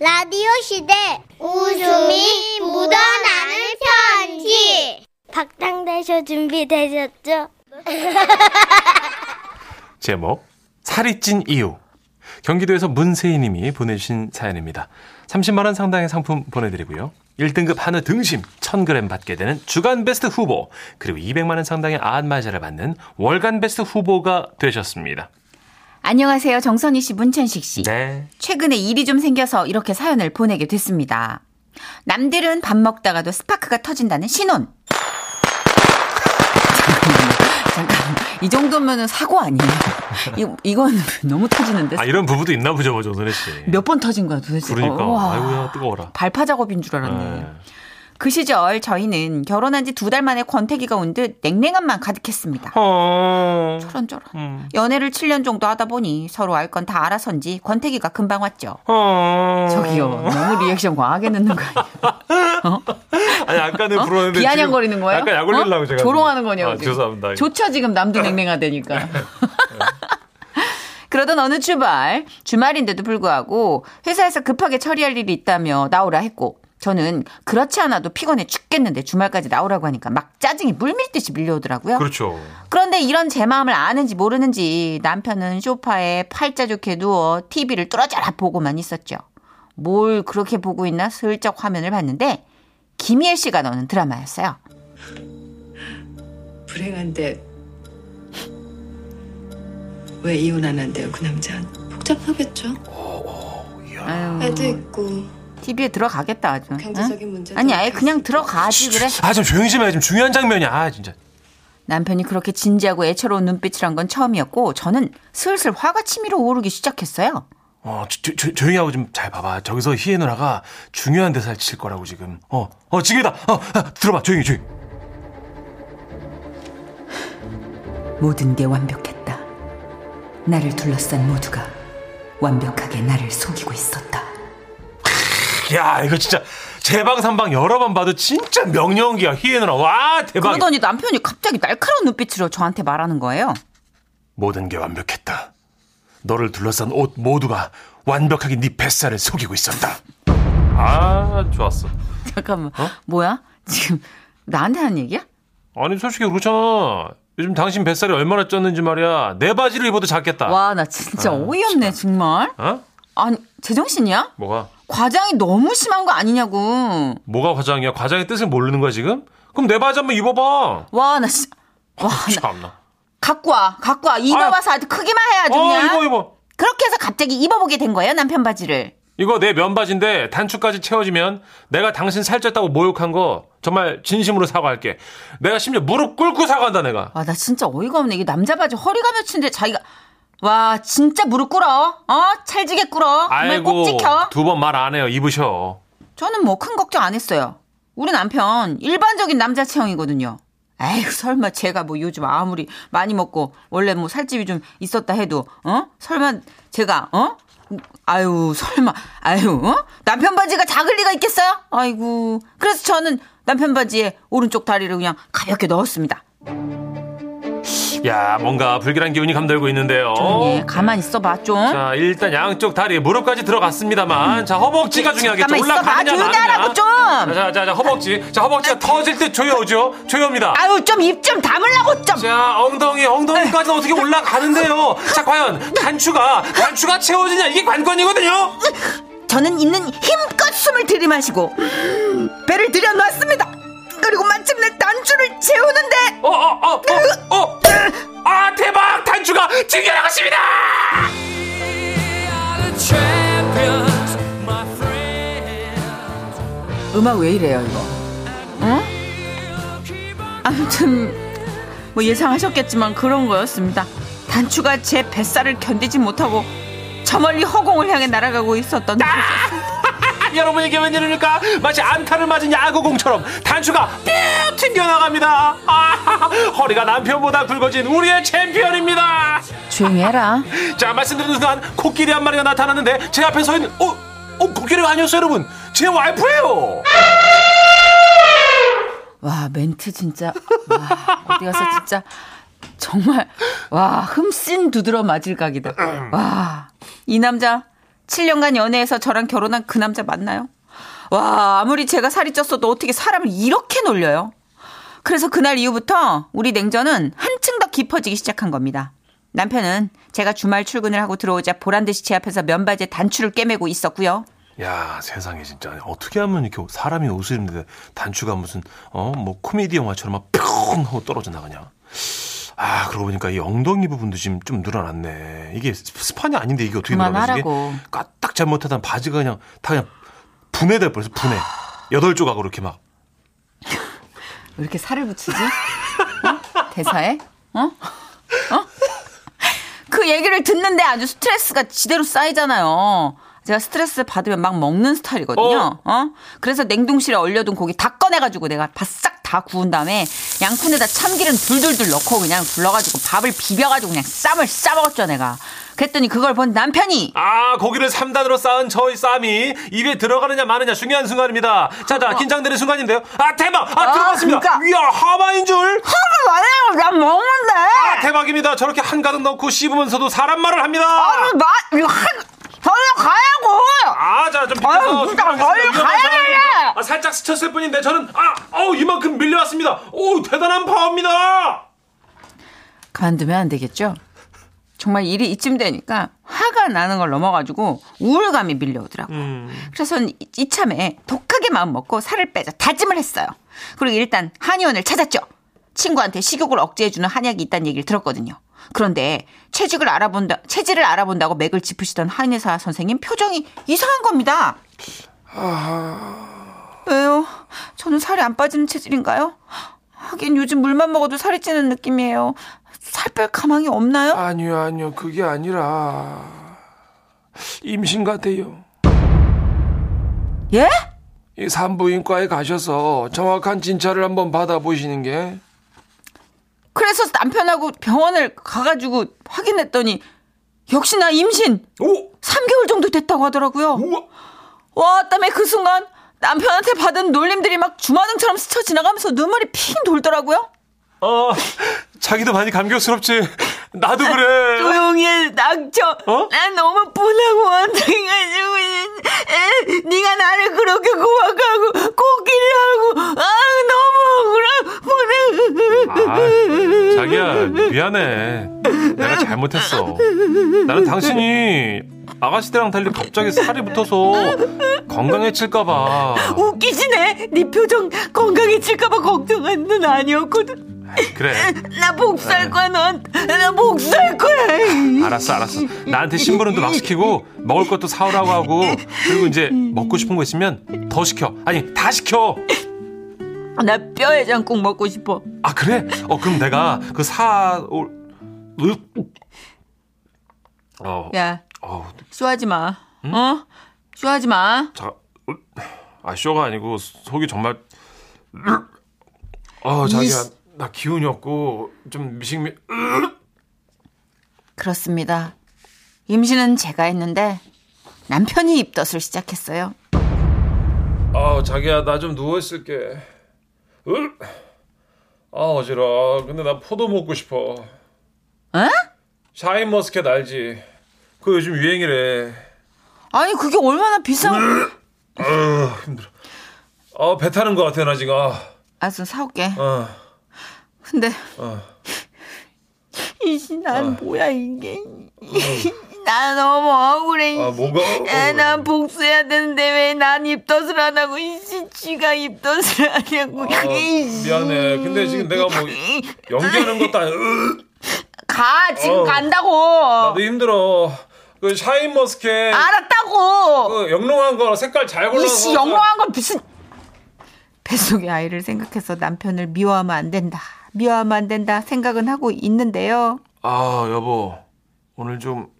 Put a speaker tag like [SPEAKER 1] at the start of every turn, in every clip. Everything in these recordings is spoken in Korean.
[SPEAKER 1] 라디오 시대 웃음이 묻어나는 편지 박장대쇼 준비되셨죠?
[SPEAKER 2] 제목 살이 찐 이유 경기도에서 문세희님이 보내주신 사연입니다. 30만 원 상당의 상품 보내드리고요. 1등급 한우 등심 1000g 받게 되는 주간 베스트 후보 그리고 200만 원 상당의 아한마자를 받는 월간 베스트 후보가 되셨습니다.
[SPEAKER 3] 안녕하세요. 정선희 씨, 문천식 씨.
[SPEAKER 2] 네.
[SPEAKER 3] 최근에 일이 좀 생겨서 이렇게 사연을 보내게 됐습니다. 남들은 밥 먹다가도 스파크가 터진다는 신혼. 잠깐, 이 정도면 사고 아니에요? 이, 이건 너무 터지는데.
[SPEAKER 2] 아 이런 부부도 있나 보죠, 조선혜 씨.
[SPEAKER 3] 몇 번 터진 거야 도대체?
[SPEAKER 2] 그러니까
[SPEAKER 3] 우와.
[SPEAKER 2] 아이고야 뜨거워라.
[SPEAKER 3] 발파 작업인 줄 알았네. 그 시절 저희는 결혼한 지 두 달 만에 권태기가 온 듯 냉랭함만 가득했습니다.
[SPEAKER 2] 어.
[SPEAKER 3] 그런저런.
[SPEAKER 2] 음.
[SPEAKER 3] 연애를 7년 정도 하다 보니 서로 알 건 다 알아서인지 권태기가 금방 왔죠.
[SPEAKER 2] 어.
[SPEAKER 3] 저기요, 너무 리액션 과하게 넣는 거 아니에요?
[SPEAKER 2] 아니 아까는 불었는데
[SPEAKER 3] 비아냥거리는 거예요?
[SPEAKER 2] 약간 약 올리려고
[SPEAKER 3] 어?
[SPEAKER 2] 제가
[SPEAKER 3] 조롱하는 거냐고.
[SPEAKER 2] 아, 죄송합니다. 네.
[SPEAKER 3] 좋죠, 지금 남도 냉랭하다니까. 그러던 어느 주말, 주말인데도 불구하고 회사에서 급하게 처리할 일이 있다며 나오라 했고, 저는 그렇지 않아도 피곤해 죽겠는데 주말까지 나오라고 하니까 막 짜증이 물밀듯이 밀려오더라고요.
[SPEAKER 2] 그렇죠.
[SPEAKER 3] 그런데 이런 제 마음을 아는지 모르는지 남편은 소파에 팔자 좋게 누워 TV를 뚫어져라 보고만 있었죠. 뭘 그렇게 보고 있나 슬쩍 화면을 봤는데 김희애 씨가 나오는 드라마였어요.
[SPEAKER 4] 불행한데 왜 이혼하는데요 그 남자는 복잡하겠죠 애도
[SPEAKER 3] 아유,
[SPEAKER 4] 있고
[SPEAKER 3] TV에 들어가겠다 아주. 응?
[SPEAKER 4] 경제적인 문제도
[SPEAKER 3] 아니 아예
[SPEAKER 4] 있겠고.
[SPEAKER 3] 그냥 들어가지 그래.
[SPEAKER 2] 아 좀 조용히 좀 해. 좀 중요한 장면이야. 아 진짜.
[SPEAKER 3] 남편이 그렇게 진지하고 애처로운 눈빛을 한 건 처음이었고 저는 슬슬 화가 치밀어 오르기 시작했어요.
[SPEAKER 2] 어, 조, 조, 조용히 하고 좀 잘 봐봐. 저기서 희애 누나가 중요한 대사를 칠 거라고 지금. 어, 어, 지금이다. 어, 아, 들어봐. 조용히, 조용히.
[SPEAKER 5] 모든 게 완벽했다. 나를 둘러싼 모두가 완벽하게 나를 속이고 있었다.
[SPEAKER 2] 야, 이거 진짜 제방삼방 여러 번 봐도 진짜 명령기야. 희애 누나. 와, 대박.
[SPEAKER 3] 그러더니 남편이 갑자기 날카로운 눈빛으로 저한테 말하는 거예요.
[SPEAKER 2] 모든 게 완벽했다. 너를 둘러싼 옷 모두가 완벽하게 네 뱃살을 속이고 있었다. 아, 좋았어.
[SPEAKER 3] 잠깐만. 뭐야? 지금 나한테 하는 얘기야?
[SPEAKER 2] 아니, 솔직히 그렇잖아. 요즘 당신 뱃살이 얼마나 쪘는지 말이야. 내 바지를 입어도 작겠다.
[SPEAKER 3] 와, 나 진짜
[SPEAKER 2] 아,
[SPEAKER 3] 어이없네, 정말.
[SPEAKER 2] 어?
[SPEAKER 3] 아니, 제정신이야?
[SPEAKER 2] 뭐가?
[SPEAKER 3] 과장이 너무 심한 거 아니냐고.
[SPEAKER 2] 뭐가 과장이야? 과장의 뜻을 모르는 거야, 지금? 그럼 내 바지 한번 입어봐.
[SPEAKER 3] 와, 나 진짜. 와, 아, 나.
[SPEAKER 2] 참나.
[SPEAKER 3] 갖고 와, 갖고 와. 입어봐서 아주 크기만 해, 아주 그냥.
[SPEAKER 2] 어, 입어, 입어.
[SPEAKER 3] 그렇게 해서 갑자기 입어보게 된 거예요, 남편 바지를.
[SPEAKER 2] 이거 내 면바지인데 단추까지 채워지면 내가 당신 살쪘다고 모욕한 거 정말 진심으로 사과할게. 내가 심지어 무릎 꿇고 사과한다, 내가.
[SPEAKER 3] 와, 나 진짜 어이가 없네. 이게 남자 바지 허리가 몇인데 자기가. 와, 진짜 무릎 꿇어. 어? 찰지게 꿇어. 정말 꼭
[SPEAKER 2] 아이고,
[SPEAKER 3] 지켜.
[SPEAKER 2] 두 번 말 안 해요. 입으셔.
[SPEAKER 3] 저는 뭐 큰 걱정 안 했어요. 우리 남편 일반적인 남자 체형이거든요. 에휴 설마 제가 뭐 요즘 아무리 많이 먹고 원래 뭐 살집이 좀 있었다 해도 어 설마 제가 어 아유 설마 아유 어? 남편 바지가 작을 리가 있겠어요? 아이고 그래서 저는 남편 바지에 오른쪽 다리를 그냥 가볍게 넣었습니다.
[SPEAKER 2] 야, 뭔가 불길한 기운이 감돌고 있는데요.
[SPEAKER 3] 예 가만 있어봐 좀.
[SPEAKER 2] 자, 일단 양쪽 다리에 무릎까지 들어갔습니다만. 자, 허벅지가 중요하겠죠.
[SPEAKER 3] 잠깐만 있어봐.
[SPEAKER 2] 올라가느냐,
[SPEAKER 3] 조용히 하라고,
[SPEAKER 2] 마느냐.
[SPEAKER 3] 좀.
[SPEAKER 2] 자, 자, 자, 허벅지. 자, 허벅지가 터질 때 조여오죠. 조여옵니다.
[SPEAKER 3] 아유 좀 입 좀 다물라고 좀.
[SPEAKER 2] 자 엉덩이 엉덩이까지 어떻게 올라가는데요? 자 과연 단추가 단추가 채워지냐 이게 관건이거든요.
[SPEAKER 3] 저는 있는 힘껏 숨을 들이마시고 배를 들여놨습니다. 그리고 마침내 단추를 채우는데
[SPEAKER 2] 어어어어 어, 어. 아 대박 단추가 튕겨나갔습니다.
[SPEAKER 3] 음악 왜 이래요 이거? 응? 아무튼 뭐 예상하셨겠지만 그런 거였습니다. 단추가 제 뱃살을 견디지 못하고 저 멀리 허공을 향해 날아가고 있었던
[SPEAKER 2] 아, 여러분 이게 웬일입니까? 마치 안타를 맞은 야구공처럼 단추가 삐 튕겨나갑니다. 아 허리가 남편보다 굵어진 우리의 챔피언입니다.
[SPEAKER 3] 그- 조용히 해라.
[SPEAKER 2] 자 말씀드리는 순간 코끼리 한 마리가 나타났는데 제 앞에 서 있는 어, 어 코끼리가 아니었어요 여러분 제 와이프예요.
[SPEAKER 3] 와 멘트 진짜 와, 어디 가서 진짜 정말 와 흠씬 두드러 맞을 각이다. 와 이 남자 7년간 연애해서 저랑 결혼한 그 남자 맞나요? 와, 아무리 제가 살이 쪘어도 어떻게 사람을 이렇게 놀려요? 그래서 그날 이후부터 우리 냉전은 한층 더 깊어지기 시작한 겁니다. 남편은 제가 주말 출근을 하고 들어오자 보란듯이 제 앞에서 면바지에 단추를 꿰매고 있었고요.
[SPEAKER 2] 야 세상에 진짜 어떻게 하면 이렇게 사람이 웃으는데 단추가 무슨 어 뭐 코미디 영화처럼 막뿅 하고 떨어져 나가냐. 아 그러고 보니까 이 엉덩이 부분도 지금 좀 늘어났네. 이게 스- 스판이 아닌데 이게 어떻게 늘어나지? 이게
[SPEAKER 3] 그만하라고.
[SPEAKER 2] 까딱 잘못하다 바지가 그냥 다 그냥 분해돼 버려서 분해. 여덟 조각으로 이렇게 막
[SPEAKER 3] 왜 이렇게 살을 붙이지? 어? 대사에? 어? 어? 그 얘기를 듣는데 아주 스트레스가 지대로 쌓이잖아요. 제가 스트레스 받으면 막 먹는 스타일이거든요. 어? 그래서 냉동실에 얼려둔 고기 다 꺼내가지고 내가 바싹 다 구운 다음에 양푼에다 참기름 둘둘둘 넣고 그냥 불러가지고 밥을 비벼가지고 그냥 쌈을 싸먹었죠 내가. 그랬더니 그걸 본 남편이
[SPEAKER 2] 아, 고기를 3단으로 쌓은 저의 쌈이 입에 들어가느냐 마느냐 중요한 순간입니다. 자, 자, 긴장되는 순간인데요. 아, 대박! 아, 들어갔습니다.
[SPEAKER 3] 어. 그러니까.
[SPEAKER 2] 이야, 하마인 줄.
[SPEAKER 3] 말해요 난 먹는데.
[SPEAKER 2] 아, 대박입니다. 저렇게 한가득 넣고 씹으면서도 사람 말을 합니다.
[SPEAKER 3] 마 이거 한 저는 가야고.
[SPEAKER 2] 아, 자, 좀
[SPEAKER 3] 아유,
[SPEAKER 2] 비켜서.
[SPEAKER 3] 진짜
[SPEAKER 2] 수고하겠습니다.
[SPEAKER 3] 멀리
[SPEAKER 2] 위험한
[SPEAKER 3] 가야
[SPEAKER 2] 상황입니다.
[SPEAKER 3] 돼.
[SPEAKER 2] 아, 살짝 스쳤을 뿐인데 저는 아, 어우, 이만큼 밀려왔습니다. 오, 대단한 파워입니다.
[SPEAKER 3] 그만두면 안 되겠죠? 정말 일이 이쯤 되니까 화가 나는 걸 넘어가지고 우울감이 밀려오더라고. 요 그래서 이- 이참에 독하게 마음 먹고 살을 빼자 다짐을 했어요. 그리고 일단 한의원을 찾았죠. 친구한테 식욕을 억제해주는 한약이 있다는 얘기를 들었거든요. 그런데 체질을 알아본다 체질을 알아본다고 맥을 짚으시던 한의사 선생님 표정이 이상한 겁니다. 왜요? 저는 살이 안 빠지는 체질인가요? 하긴 요즘 물만 먹어도 살이 찌는 느낌이에요. 살 뺄 가망이 없나요?
[SPEAKER 6] 아니요, 아니요. 그게 아니라 임신 같아요.
[SPEAKER 3] 예?
[SPEAKER 6] 이 산부인과에 가셔서 정확한 진찰을 한번 받아보시는 게
[SPEAKER 3] 그래서 남편하고 병원을 가가지고 확인했더니 역시나 임신
[SPEAKER 2] 오!
[SPEAKER 3] 3개월 정도 됐다고 하더라고요.
[SPEAKER 2] 우와!
[SPEAKER 3] 와, 땀에 그 순간 남편한테 받은 놀림들이 막 주마등처럼 스쳐 지나가면서 눈물이 핑 돌더라고요.
[SPEAKER 2] 어, 자기도 많이 감격스럽지. 나도 그래.
[SPEAKER 3] 조용히 해, 낙처.
[SPEAKER 2] 어?
[SPEAKER 3] 난 너무 분하고 원통해가지고, 에, 네가 나를 그렇게 고악하고, 코끼리 하고, 아, 너무 억울해, 분해.
[SPEAKER 2] 아, 자기야 미안해. 내가 잘못했어. 나는 당신이 아가씨 때랑 달리 갑자기 살이 붙어서 건강해질까봐.
[SPEAKER 3] 웃기지네. 네 표정 건강해질까봐 걱정한 눈 아니었거든.
[SPEAKER 2] 그래.
[SPEAKER 3] 나
[SPEAKER 2] 네.
[SPEAKER 3] 복수할 거야, 넌. 나 복수할 거야.
[SPEAKER 2] 알았어, 알았어. 나한테 심부름도 막 시키고 먹을 것도 사오라고 하고 그리고 이제 먹고 싶은 거 있으면 더 시켜. 아니 다 시켜.
[SPEAKER 3] 나 뼈해장국 먹고 싶어.
[SPEAKER 2] 아 그래? 어 그럼 내가 그 사올. 어,
[SPEAKER 3] 야,
[SPEAKER 2] 어,
[SPEAKER 3] 쇼하지 마. 어? 쇼하지 마.
[SPEAKER 2] 자, 아 쇼가 아니고 속이 정말 아 자기야 나 기운이 없고 좀 미식미
[SPEAKER 3] 그렇습니다. 임신은 제가 했는데 남편이 입덧을 시작했어요.
[SPEAKER 6] 아, 자기야 나 좀 누워 있을게. 으! 아, 어지러워. 근데 나 포도 먹고 싶어.
[SPEAKER 3] 에?
[SPEAKER 6] 샤인머스켓 알지? 그거 요즘 유행이래.
[SPEAKER 3] 아니 그게 얼마나
[SPEAKER 6] 네.
[SPEAKER 3] 비싼?
[SPEAKER 6] 아, 힘들어. 아, 배 타는 것 같아 나 지금. 아,
[SPEAKER 3] 알았어 사올게.
[SPEAKER 6] 어.
[SPEAKER 3] 근데
[SPEAKER 6] 어.
[SPEAKER 3] 이씨
[SPEAKER 6] 아.
[SPEAKER 3] 난 뭐야 이게? 나 너무 억울해.
[SPEAKER 6] 음. 아, 뭐가?
[SPEAKER 3] 아, 난 복수해야 되는데 왜 난 입덧을 안 하고 이씨 쥐가 입덧을 하냐고.
[SPEAKER 6] 아,
[SPEAKER 3] 이씨.
[SPEAKER 6] 미안해. 근데 지금 내가 뭐 연기하는 것도 아니.
[SPEAKER 3] 가 지금
[SPEAKER 6] 어.
[SPEAKER 3] 간다고.
[SPEAKER 6] 나도 힘들어. 그 샤인머스켓
[SPEAKER 3] 알았다고.
[SPEAKER 6] 그 영롱한 거 색깔 잘 골라서.
[SPEAKER 2] 어,
[SPEAKER 3] 이씨 영롱한 건 무슨 뱃속의 아이를 생각해서 남편을 미워하면 안 된다 미워하면 안 된다 생각은 하고 있는데요
[SPEAKER 6] 아 여보 오늘 좀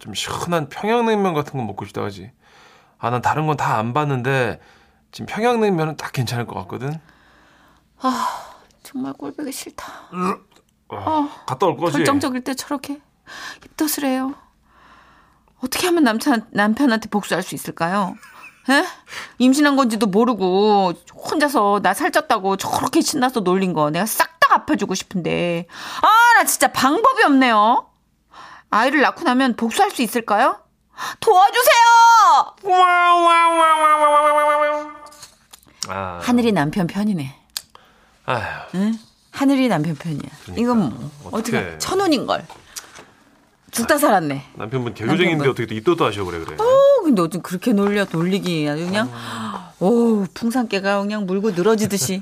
[SPEAKER 6] 좀 시원한 평양냉면 같은 거 먹고 싶다 하지. 아 난 다른 건 다 안 봤는데 지금 평양냉면은 딱 괜찮을 것 같거든.
[SPEAKER 3] 정말 꼴보기 싫다
[SPEAKER 6] 갔다 올 거지.
[SPEAKER 3] 결정적일 때 저렇게 입덧을 해요 어떻게 하면 남편, 남편한테 복수할 수 있을까요? 에? 임신한 건지도 모르고 혼자서 나 살쪘다고 저렇게 신나서 놀린 거 내가 싹 다 갚아주고 싶은데 아 나 진짜 방법이 없네요 아이를 낳고 나면 복수할 수 있을까요? 도와주세요!
[SPEAKER 2] 아,
[SPEAKER 3] 하늘이 남편 편이네.
[SPEAKER 2] 아휴,
[SPEAKER 3] 응? 하늘이 남편 편이야. 이건 뭐,
[SPEAKER 2] 그러니까. 어떡해.
[SPEAKER 3] 어떻게 천운인걸. 죽다 살았네.
[SPEAKER 2] 남편분 개구쟁인데
[SPEAKER 3] 남편분.
[SPEAKER 2] 어떻게 또 이또또 하셔 그래 그래.
[SPEAKER 3] 오, 근데 어쩜 그렇게 놀려 돌리기 아주 그냥
[SPEAKER 2] 어.
[SPEAKER 3] 오 풍산깨가 그냥 물고 늘어지듯이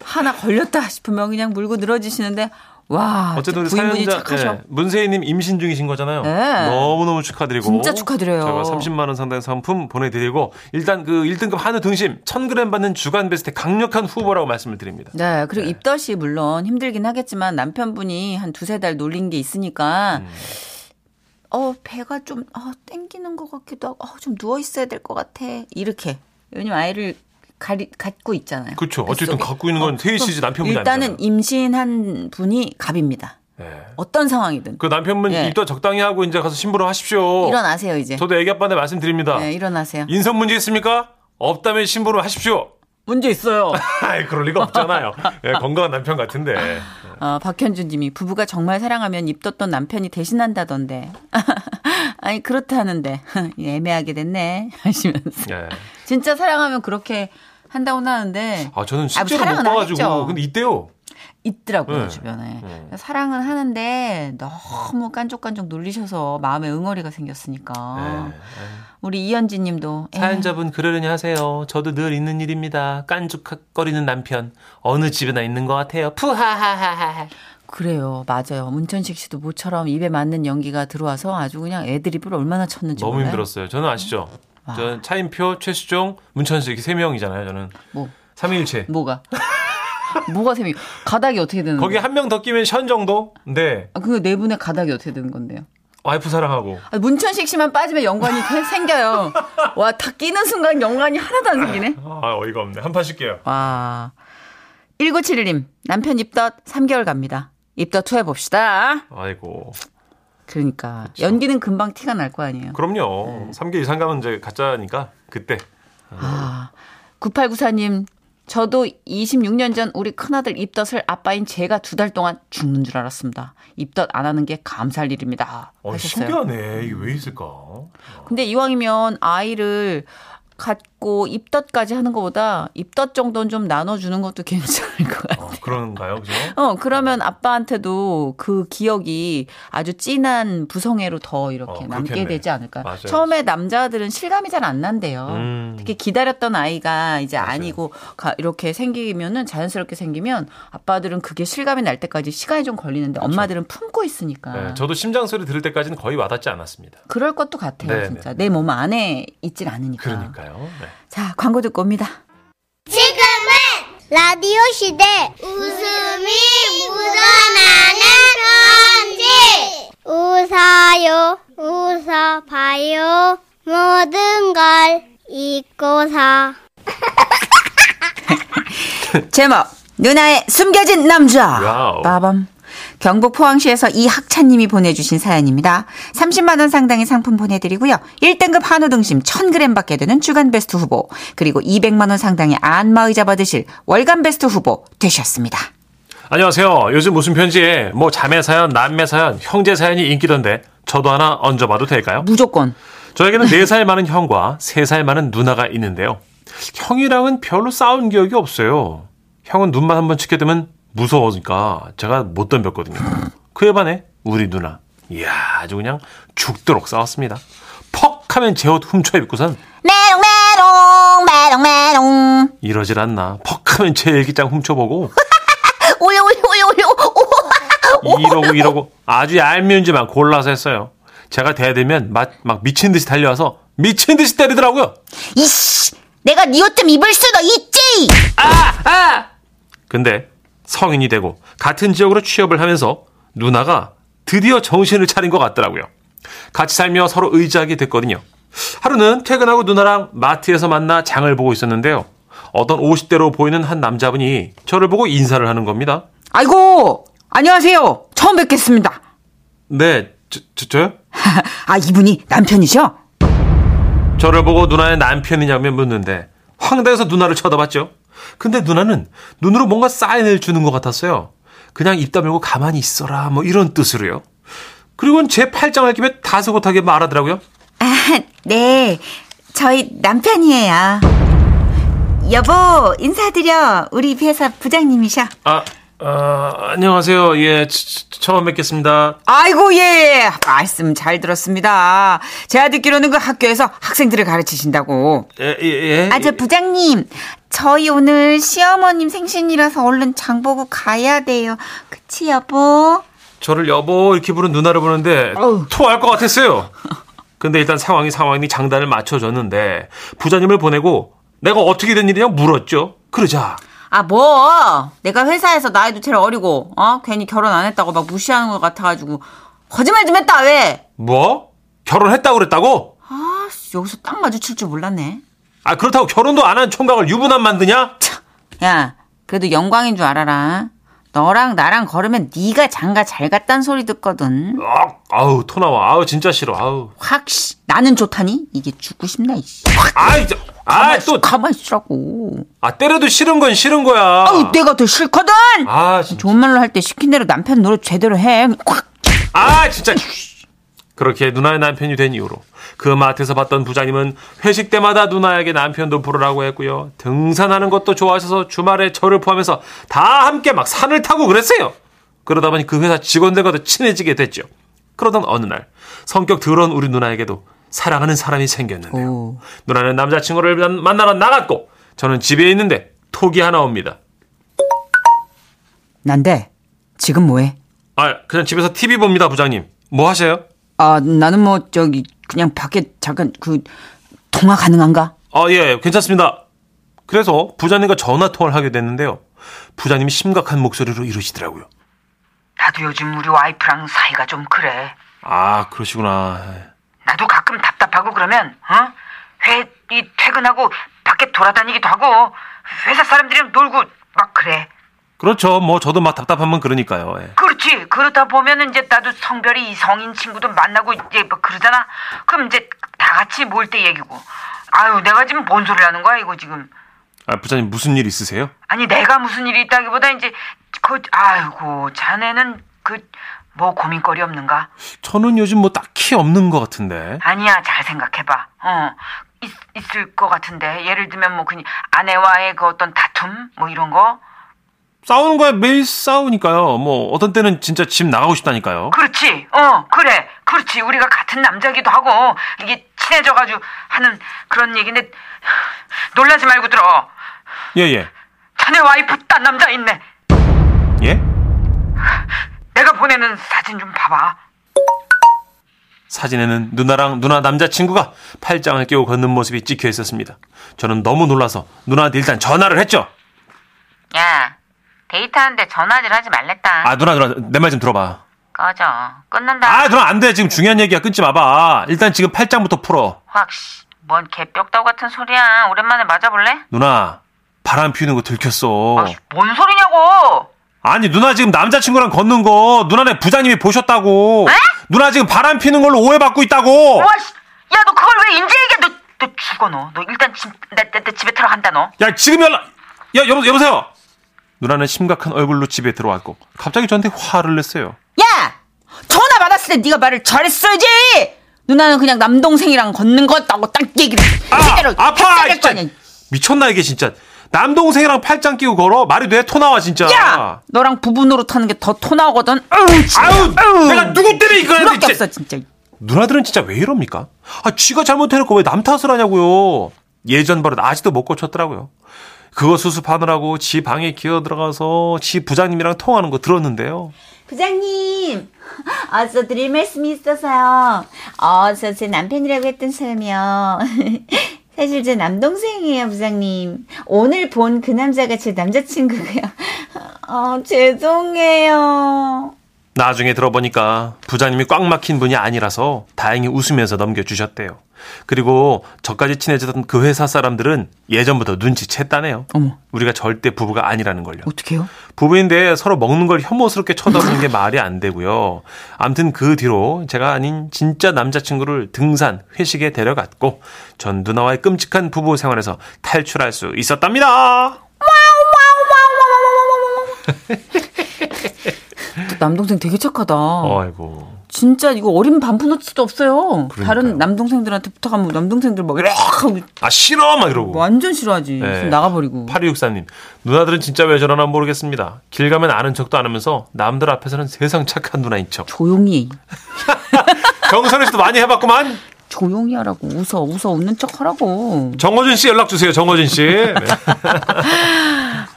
[SPEAKER 3] 하나 걸렸다 싶으면 그냥 물고 늘어지시는데 와
[SPEAKER 2] 어쨌든
[SPEAKER 3] 아, 부인분이
[SPEAKER 2] 사연자
[SPEAKER 3] 착하셔.
[SPEAKER 2] 예, 문세희님 임신 중이신 거잖아요.
[SPEAKER 3] 네.
[SPEAKER 2] 너무 너무 축하드리고
[SPEAKER 3] 진짜 축하드려요.
[SPEAKER 2] 제가 30만 원 상당의 상품 보내드리고 일단 그 1등급 한우 등심 1,000g 받는 주간 베스트 강력한 후보라고 말씀을 드립니다.
[SPEAKER 3] 네, 그리고 입덧이 물론 힘들긴 하겠지만 남편분이 한 두세 달 놀린 게 있으니까,
[SPEAKER 2] 음.
[SPEAKER 3] 어, 배가 좀, 아, 땡기는 것 같기도 하고, 어, 좀 누워있어야 될 것 같아. 이렇게. 왜냐면 아이를 가리, 갖고 있잖아요.
[SPEAKER 2] 그렇죠. 어쨌든
[SPEAKER 3] 뱃속에.
[SPEAKER 2] 갖고 있는 건 세희 씨지 남편분이
[SPEAKER 3] 일단은
[SPEAKER 2] 아니잖아요.
[SPEAKER 3] 임신한 분이 갑입니다.
[SPEAKER 2] 예.
[SPEAKER 3] 어떤 상황이든.
[SPEAKER 2] 그 남편분
[SPEAKER 3] 예.
[SPEAKER 2] 입도 적당히 하고 이제 가서 심부름 하십시오.
[SPEAKER 3] 일어나세요, 이제.
[SPEAKER 2] 저도 애기 아빠한테 말씀드립니다.
[SPEAKER 3] 네, 일어나세요.
[SPEAKER 2] 인성 문제 있습니까? 없다면 심부름 하십시오.
[SPEAKER 3] 문제 있어요.
[SPEAKER 2] 아이, 그럴 리가 없잖아요. 예, 건강한 남편 같은데.
[SPEAKER 3] 어, 박현준 님이 부부가 정말 사랑하면 입덧던 남편이 대신한다던데. 아니, 그렇다는데. 애매하게 됐네. 하시면서.
[SPEAKER 2] 예.
[SPEAKER 3] 진짜 사랑하면 그렇게 한다고는 하는데,
[SPEAKER 2] 아, 저는
[SPEAKER 3] 아, 뭐
[SPEAKER 2] 실제로 못
[SPEAKER 3] 사랑은
[SPEAKER 2] 봐가지고.
[SPEAKER 3] 하겠죠.
[SPEAKER 2] 근데 이때요.
[SPEAKER 3] 있더라고요,
[SPEAKER 2] 네.
[SPEAKER 3] 주변에.
[SPEAKER 2] 네.
[SPEAKER 3] 사랑은 하는데, 너무 깐족깐족 놀리셔서 마음에 응어리가 생겼으니까.
[SPEAKER 2] 예.
[SPEAKER 3] 우리 이현진 님도. 에이,
[SPEAKER 2] 사연자분 그러려니 하세요. 저도 늘 있는 일입니다. 깐죽거리는 남편. 어느 집에나 있는 것 같아요. 푸하하하하.
[SPEAKER 3] 그래요. 맞아요. 문천식 씨도 모처럼 입에 맞는 연기가 들어와서 아주 그냥 애드립을 얼마나 쳤는지
[SPEAKER 2] 너무
[SPEAKER 3] 몰라요.
[SPEAKER 2] 힘들었어요. 저는 아시죠? 저는 차인표, 최수종, 문천식 이세 명이잖아요. 저는
[SPEAKER 3] 뭐,
[SPEAKER 2] 삼일체.
[SPEAKER 3] 뭐가? 뭐가 셈이 가닥이 어떻게 되는
[SPEAKER 2] 거기
[SPEAKER 3] 거예요?
[SPEAKER 2] 한 명 더 끼면 션 정도? 네.
[SPEAKER 3] 아, 그네 분의 가닥이 어떻게 되는 건데요?
[SPEAKER 2] 와이프 사랑하고.
[SPEAKER 3] 아, 문천식 씨만 빠지면 연관이 되- 생겨요. 와, 다 끼는 순간 연관이 하나도 안 생기네.
[SPEAKER 2] 아, 어이가 없네. 한 판 쉴게요.
[SPEAKER 3] 와. 1971님, 남편 입덧 3개월 갑니다. 입덧 투 해봅시다.
[SPEAKER 2] 아이고.
[SPEAKER 3] 그러니까. 연기는 금방 티가 날 거 아니에요.
[SPEAKER 2] 그럼요.
[SPEAKER 3] 음.
[SPEAKER 2] 3개 이상 가면 이제 가짜니까 그때.
[SPEAKER 3] 아. 9894님, 저도 26년 전 우리 큰아들 입덧을 아빠인 제가 두 달 동안 죽는 줄 알았습니다. 입덧 안 하는 게 감사할 일입니다.
[SPEAKER 2] 어,
[SPEAKER 3] 하셨어요.
[SPEAKER 2] 신기하네. 이게 왜 있을까? 아,
[SPEAKER 3] 근데 이왕이면 아이를 갖고 입덧까지 하는 것보다 입덧 정도는 좀 나눠주는 것도 괜찮을 것 같아요.
[SPEAKER 2] 어, 그런가요? 그죠?
[SPEAKER 3] 어, 그러면 아빠한테도 그 기억이 아주 진한 부성애로 더 이렇게
[SPEAKER 2] 어,
[SPEAKER 3] 남게
[SPEAKER 2] 그렇겠네.
[SPEAKER 3] 되지 않을까.
[SPEAKER 2] 맞아요.
[SPEAKER 3] 처음에 남자들은 실감이 잘 안 난대요.
[SPEAKER 2] 음.
[SPEAKER 3] 어, 특히 기다렸던 아이가 이제 아니고 가, 이렇게 생기면은 자연스럽게 생기면 아빠들은 그게 실감이 날 때까지 시간이 좀 걸리는데 엄마들은 품고 있으니까.
[SPEAKER 2] 그렇죠. 네, 저도 심장 소리 들을 때까지는 거의 와닿지 않았습니다.
[SPEAKER 3] 그럴 것도 같아요,
[SPEAKER 2] 네,
[SPEAKER 3] 진짜. 내 몸 안에 있질 않으니까.
[SPEAKER 2] 그러니까요. 네.
[SPEAKER 3] 자, 광고 듣고 옵니다.
[SPEAKER 1] 지금은 라디오 시대 웃음이 묻어나는 편지 웃어요 웃어봐요 모든 걸 잊고서
[SPEAKER 3] 제목 누나의 숨겨진 남자
[SPEAKER 2] 와우.
[SPEAKER 3] 빠밤 경북 포항시에서 이학찬님이 보내주신 사연입니다. 30만 원 상당의 상품 보내드리고요. 1등급 한우 등심 1,000g 받게 되는 주간 베스트 후보 그리고 200만 원 상당의 안마의자 받으실 월간 베스트 후보 되셨습니다.
[SPEAKER 2] 안녕하세요. 요즘 무슨 편지에 뭐 자매 사연, 남매 사연, 형제 사연이 인기던데 저도 하나 얹어봐도 될까요?
[SPEAKER 3] 무조건
[SPEAKER 2] 저에게는 4살 많은 형과 3살 많은 누나가 있는데요. 형이랑은 별로 싸운 기억이 없어요. 형은 눈만 한번 치게 되면 무서우니까 제가 못 덤볐거든요. 그에 반해 우리 누나. 이야, 아주 그냥 죽도록 싸웠습니다. 퍽 하면 제 옷 훔쳐 입고선
[SPEAKER 3] 메롱 메롱 메롱 메롱
[SPEAKER 2] 이러질 않나. 퍽 하면 제 일기장 훔쳐보고
[SPEAKER 3] 오요 오요 오요 오요
[SPEAKER 2] 이러고 이러고 아주 얄미운 지만 골라서 했어요. 제가 대들면 막, 막 미친 듯이 달려와서 미친 듯이 때리더라고요.
[SPEAKER 3] 이씨 내가 네 옷 좀 입을 수도 있지.
[SPEAKER 2] 근데 성인이 되고 같은 지역으로 취업을 하면서 누나가 드디어 정신을 차린 것 같더라고요. 같이 살며 서로 의지하게 됐거든요. 하루는 퇴근하고 누나랑 마트에서 만나 장을 보고 있었는데요. 어떤 50대로 보이는 한 남자분이 저를 보고 인사를 하는 겁니다.
[SPEAKER 3] 아이고, 안녕하세요. 처음 뵙겠습니다.
[SPEAKER 2] 네, 저, 저, 저요?
[SPEAKER 3] 아, 이분이 남편이셔?
[SPEAKER 2] 저를 보고 누나의 남편이냐며 묻는데 황당해서 누나를 쳐다봤죠. 근데 누나는 눈으로 뭔가 사인을 주는 것 같았어요. 그냥 입 다물고 가만히 있어라 뭐 이런 뜻으로요. 그리고는 제 팔짱을 끼며 다소곳하게 말하더라고요.
[SPEAKER 3] 아, 네. 저희 남편이에요. 여보, 인사드려. 우리 회사 부장님이셔.
[SPEAKER 2] 아, 아, 안녕하세요. 예, 처- 처- 처음 뵙겠습니다.
[SPEAKER 3] 아이고, 예, 예. 말씀 잘 들었습니다. 제가 듣기로는 그 학교에서 학생들을 가르치신다고.
[SPEAKER 2] 예, 예, 예.
[SPEAKER 3] 아, 저 부장님. 저희 오늘 시어머님 생신이라서 얼른 장 보고 가야 돼요. 그치, 여보?
[SPEAKER 2] 저를 여보 이렇게 부른 누나를 부르는데
[SPEAKER 3] 어우.
[SPEAKER 2] 토할 것 같았어요. 근데 일단 상황이 상황이 장단을 맞춰줬는데 부자님을 보내고 내가 어떻게 된 일이냐 물었죠. 그러자
[SPEAKER 3] 아, 뭐. 내가 회사에서 나이도 제일 어리고, 어? 괜히 결혼 안 했다고 막 무시하는 것 같아가지고. 거짓말 좀 했다, 왜?
[SPEAKER 2] 뭐 결혼했다고 그랬다고?
[SPEAKER 3] 아, 씨, 여기서 딱 마주칠 줄 몰랐네.
[SPEAKER 2] 아 그렇다고 결혼도 안 한 총각을 유부남 만드냐?
[SPEAKER 3] 야, 그래도 영광인 줄 알아라. 너랑 나랑 걸으면 네가 장가 잘 갔단 소리 듣거든.
[SPEAKER 2] 아, 아우 토 나와. 아우 진짜 싫어. 아우.
[SPEAKER 3] 확, 씨, 나는 좋다니? 이게 죽고 싶나, 이씨.
[SPEAKER 2] 아이 저- 아, 또,
[SPEAKER 3] 가만히 있으라고.
[SPEAKER 2] 아, 때려도 싫은 건 싫은 거야.
[SPEAKER 3] 아우, 내가 더 싫거든!
[SPEAKER 2] 아, 진짜.
[SPEAKER 3] 좋은 말로 할 때 시킨 대로 남편 노릇 제대로 해. 콱!
[SPEAKER 2] 아, 진짜. 그렇게 누나의 남편이 된 이후로 그 마트에서 봤던 부장님은 회식 때마다 누나에게 남편도 부르라고 했고요. 등산하는 것도 좋아하셔서 주말에 저를 포함해서 다 함께 막 산을 타고 그랬어요. 그러다 보니 그 회사 직원들과도 친해지게 됐죠. 그러던 어느 날 성격 더러운 우리 누나에게도 사랑하는 사람이 생겼는데요. 누나는 남자친구를 만- 만나러 나갔고 저는 집에 있는데 톡이 하나 옵니다.
[SPEAKER 7] 난데 지금 뭐해?
[SPEAKER 2] 아, 그냥 집에서 TV 봅니다, 부장님. 뭐 하세요?
[SPEAKER 7] 아 나는 뭐 저기 그냥 밖에 잠깐 그 통화 가능한가?
[SPEAKER 2] 아, 예, 괜찮습니다. 그래서 부장님과 전화 통화를 하게 됐는데요. 부장님이 심각한 목소리로 이러시더라고요.
[SPEAKER 7] 나도 요즘 우리 와이프랑 사이가 좀 그래.
[SPEAKER 2] 아, 그러시구나.
[SPEAKER 7] 나도 가끔 답답하고 그러면 어? 회, 이 퇴근하고 밖에 돌아다니기도 하고 회사 사람들이랑 놀고 막 그래.
[SPEAKER 2] 그렇죠. 뭐 저도 막 답답하면 그러니까요. 예.
[SPEAKER 7] 그렇지. 그러다 보면은 이제 나도 성별이 이성인 친구도 만나고 이제 뭐 그러잖아. 그럼 이제 다 같이 모일 때 얘기고. 아유, 내가 지금 뭔 소리 하는 거야, 이거 지금.
[SPEAKER 2] 아, 부장님 무슨 일 있으세요?
[SPEAKER 7] 아니, 내가 무슨 일이 있다기보다 이제 그 아이고, 자네는 그 뭐 고민거리 없는가?
[SPEAKER 2] 저는 요즘 뭐 딱히 없는 것 같은데.
[SPEAKER 7] 아니야, 잘 생각해봐. 어, 있, 있을 것 같은데. 예를 들면 뭐 그냥 아내와의 그 어떤 다툼 뭐 이런 거.
[SPEAKER 2] 싸우는 거야 매일 싸우니까요. 뭐 어떤 때는 진짜 집 나가고 싶다니까요.
[SPEAKER 7] 그렇지. 어, 그래. 그렇지. 우리가 같은 남자기도 하고 이게 친해져가지고 하는 그런 얘기인데 놀라지 말고 들어.
[SPEAKER 2] 예, 예.
[SPEAKER 7] 자네 와이프 딴 남자 있네.
[SPEAKER 2] 예?
[SPEAKER 7] 내가 보내는 사진 좀 봐봐.
[SPEAKER 2] 사진에는 누나랑 누나 남자친구가 팔짱을 끼고 걷는 모습이 찍혀 있었습니다. 저는 너무 놀라서 누나한테 일단 전화를 했죠.
[SPEAKER 3] 야, 데이트하는데 전화질 하지 말랬다.
[SPEAKER 2] 아, 누나, 누나, 내 말 좀 들어봐.
[SPEAKER 3] 꺼져. 끊는다.
[SPEAKER 2] 아, 누나, 안 돼. 지금 중요한 얘기야. 끊지 마봐. 일단 지금 팔짱부터 풀어.
[SPEAKER 3] 확, 씨. 뭔 개벽다구 같은 소리야. 오랜만에 맞아볼래?
[SPEAKER 2] 누나, 바람 피우는 거 들켰어.
[SPEAKER 3] 아씨, 뭔 소리냐고!
[SPEAKER 2] 아니, 누나 지금 남자친구랑 걷는 거 누나네 부장님이 보셨다고. 누나 지금 바람 피우는 걸로 오해받고
[SPEAKER 3] 뭐?
[SPEAKER 2] 있다고.
[SPEAKER 7] 어,
[SPEAKER 3] 어.
[SPEAKER 7] 와씨, 야 너 그걸 왜 인제 얘기해? 너, 너 죽어 너. 너 일단 집, 나, 나, 나 집에 들어간다 너.
[SPEAKER 2] 야, 지금 연락. 야, 여보, 여보세요. 누나는 심각한 얼굴로 집에 들어왔고 갑자기 저한테 화를 냈어요.
[SPEAKER 3] 야! 전화 받았을 때 네가 말을 잘했어야지! 누나는 그냥 남동생이랑 걷는 거였다고 딱 얘기를 제대로
[SPEAKER 2] 아파!
[SPEAKER 3] 했어야 될거
[SPEAKER 2] 진짜.
[SPEAKER 3] 아니야.
[SPEAKER 2] 미쳤나 이게 진짜. 남동생이랑 팔짱 끼고 걸어? 말이 돼? 토 나와
[SPEAKER 7] 아.
[SPEAKER 2] 진짜.
[SPEAKER 3] 야! 너랑 부부 노릇하는 게 더 토 나오거든.
[SPEAKER 2] 아우, 내가 누구 때문에 이걸 했는데
[SPEAKER 3] 부럽게
[SPEAKER 2] 진짜.
[SPEAKER 3] 없어 진짜.
[SPEAKER 2] 누나들은 진짜 왜 이럽니까? 아, 쥐가 잘못해놓고 왜 남 탓을 하냐고요. 예전 버릇 아직도 못 고쳤더라고요. 그거 수습하느라고 지 방에 기어 들어가서 지 부장님이랑 통하는 거 들었는데요.
[SPEAKER 8] 부장님, 어서 드릴 말씀이 있어서요. 어서 제 남편이라고 했던 사람이요. 사실 제 남동생이에요, 부장님. 오늘 본 그 남자가 제 남자친구고요. 어, 죄송해요.
[SPEAKER 2] 나중에 들어보니까 부장님이 꽉 막힌 분이 아니라서 다행히 웃으면서 넘겨주셨대요. 그리고 저까지 친해지던 그 회사 사람들은 예전부터 눈치챘다네요.
[SPEAKER 3] 어머.
[SPEAKER 2] 우리가 절대 부부가 아니라는 걸요.
[SPEAKER 3] 어떡해요?
[SPEAKER 2] 부부인데 서로 먹는 걸 혐오스럽게 쳐다보는 게 말이 안 되고요. 암튼 그 뒤로 제가 아닌 진짜 남자친구를 등산, 회식에 데려갔고 전 누나와의 끔찍한 부부 생활에서 탈출할 수 있었답니다.
[SPEAKER 3] 남동생 되게 착하다.
[SPEAKER 2] 어이고.
[SPEAKER 3] 진짜 이거 어린 반푼어치도 없어요.
[SPEAKER 2] 그러니까요.
[SPEAKER 3] 다른 남동생들한테 부탁하면 남동생들 막 이래 하고
[SPEAKER 2] 아 싫어 막 이러고.
[SPEAKER 3] 완전 뭐 싫어하지.
[SPEAKER 2] 네.
[SPEAKER 3] 그래서 나가버리고.
[SPEAKER 2] 8264님 누나들은 진짜 왜 저러나 모르겠습니다. 길 가면 아는 척도 안 하면서 남들 앞에서는 세상 착한 누나인 척.
[SPEAKER 3] 조용히 해.
[SPEAKER 2] 정선혜 씨도 많이 해봤구만.
[SPEAKER 3] 조용히 하라고 웃어 웃어 웃는 척 하라고.
[SPEAKER 2] 정호준 씨 연락 주세요. 정호준 씨. 네.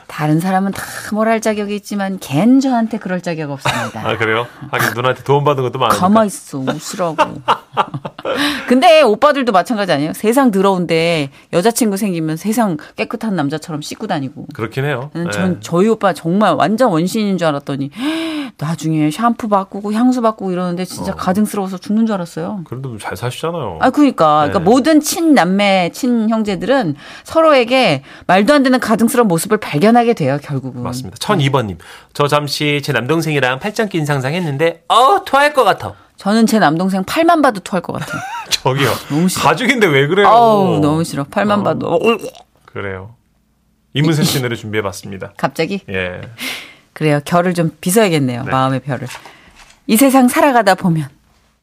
[SPEAKER 3] 다른 사람은 다 뭘 할 자격이 있지만 걘 저한테 그럴 자격 없습니다.
[SPEAKER 2] 아 그래요? 하긴 누나한테 도움 받은 것도 많으니까.
[SPEAKER 3] 가만 있어 웃으라고. 근데 오빠들도 마찬가지 아니에요? 세상 더러운데 여자친구 생기면 세상 깨끗한 남자처럼 씻고 다니고.
[SPEAKER 2] 그렇긴 해요.
[SPEAKER 3] 저는
[SPEAKER 2] 네.
[SPEAKER 3] 전 저희 오빠 정말 완전 원신인 줄 알았더니 나중에 샴푸 바꾸고 향수 바꾸고 이러는데 진짜
[SPEAKER 2] 어.
[SPEAKER 3] 가증스러워서 죽는 줄 알았어요.
[SPEAKER 2] 그래도 잘 사시잖아요.
[SPEAKER 3] 아, 그러니까. 그러니까
[SPEAKER 2] 네.
[SPEAKER 3] 모든 친남매, 친형제들은 서로에게 말도 안 되는 가증스러운 모습을 발견하게 돼요, 결국은.
[SPEAKER 2] 맞습니다. 1002번님. 저 잠시 제 남동생이랑 팔짱 낀 상상했는데 어 토할 것 같아.
[SPEAKER 3] 저는 제 남동생 팔만 봐도 토할 것 같아요.
[SPEAKER 2] 저기요.
[SPEAKER 3] 너무 싫어.
[SPEAKER 2] 가족인데 왜 그래요?
[SPEAKER 3] 아우, 너무 싫어. 팔만 봐도.
[SPEAKER 2] 그래요. 이문세 씨 노래 준비해봤습니다.
[SPEAKER 3] 갑자기?
[SPEAKER 2] 예. 네.
[SPEAKER 3] 그래요. 결을 좀 빗어야겠네요. 마음의 별을. 이 세상 살아가다 보면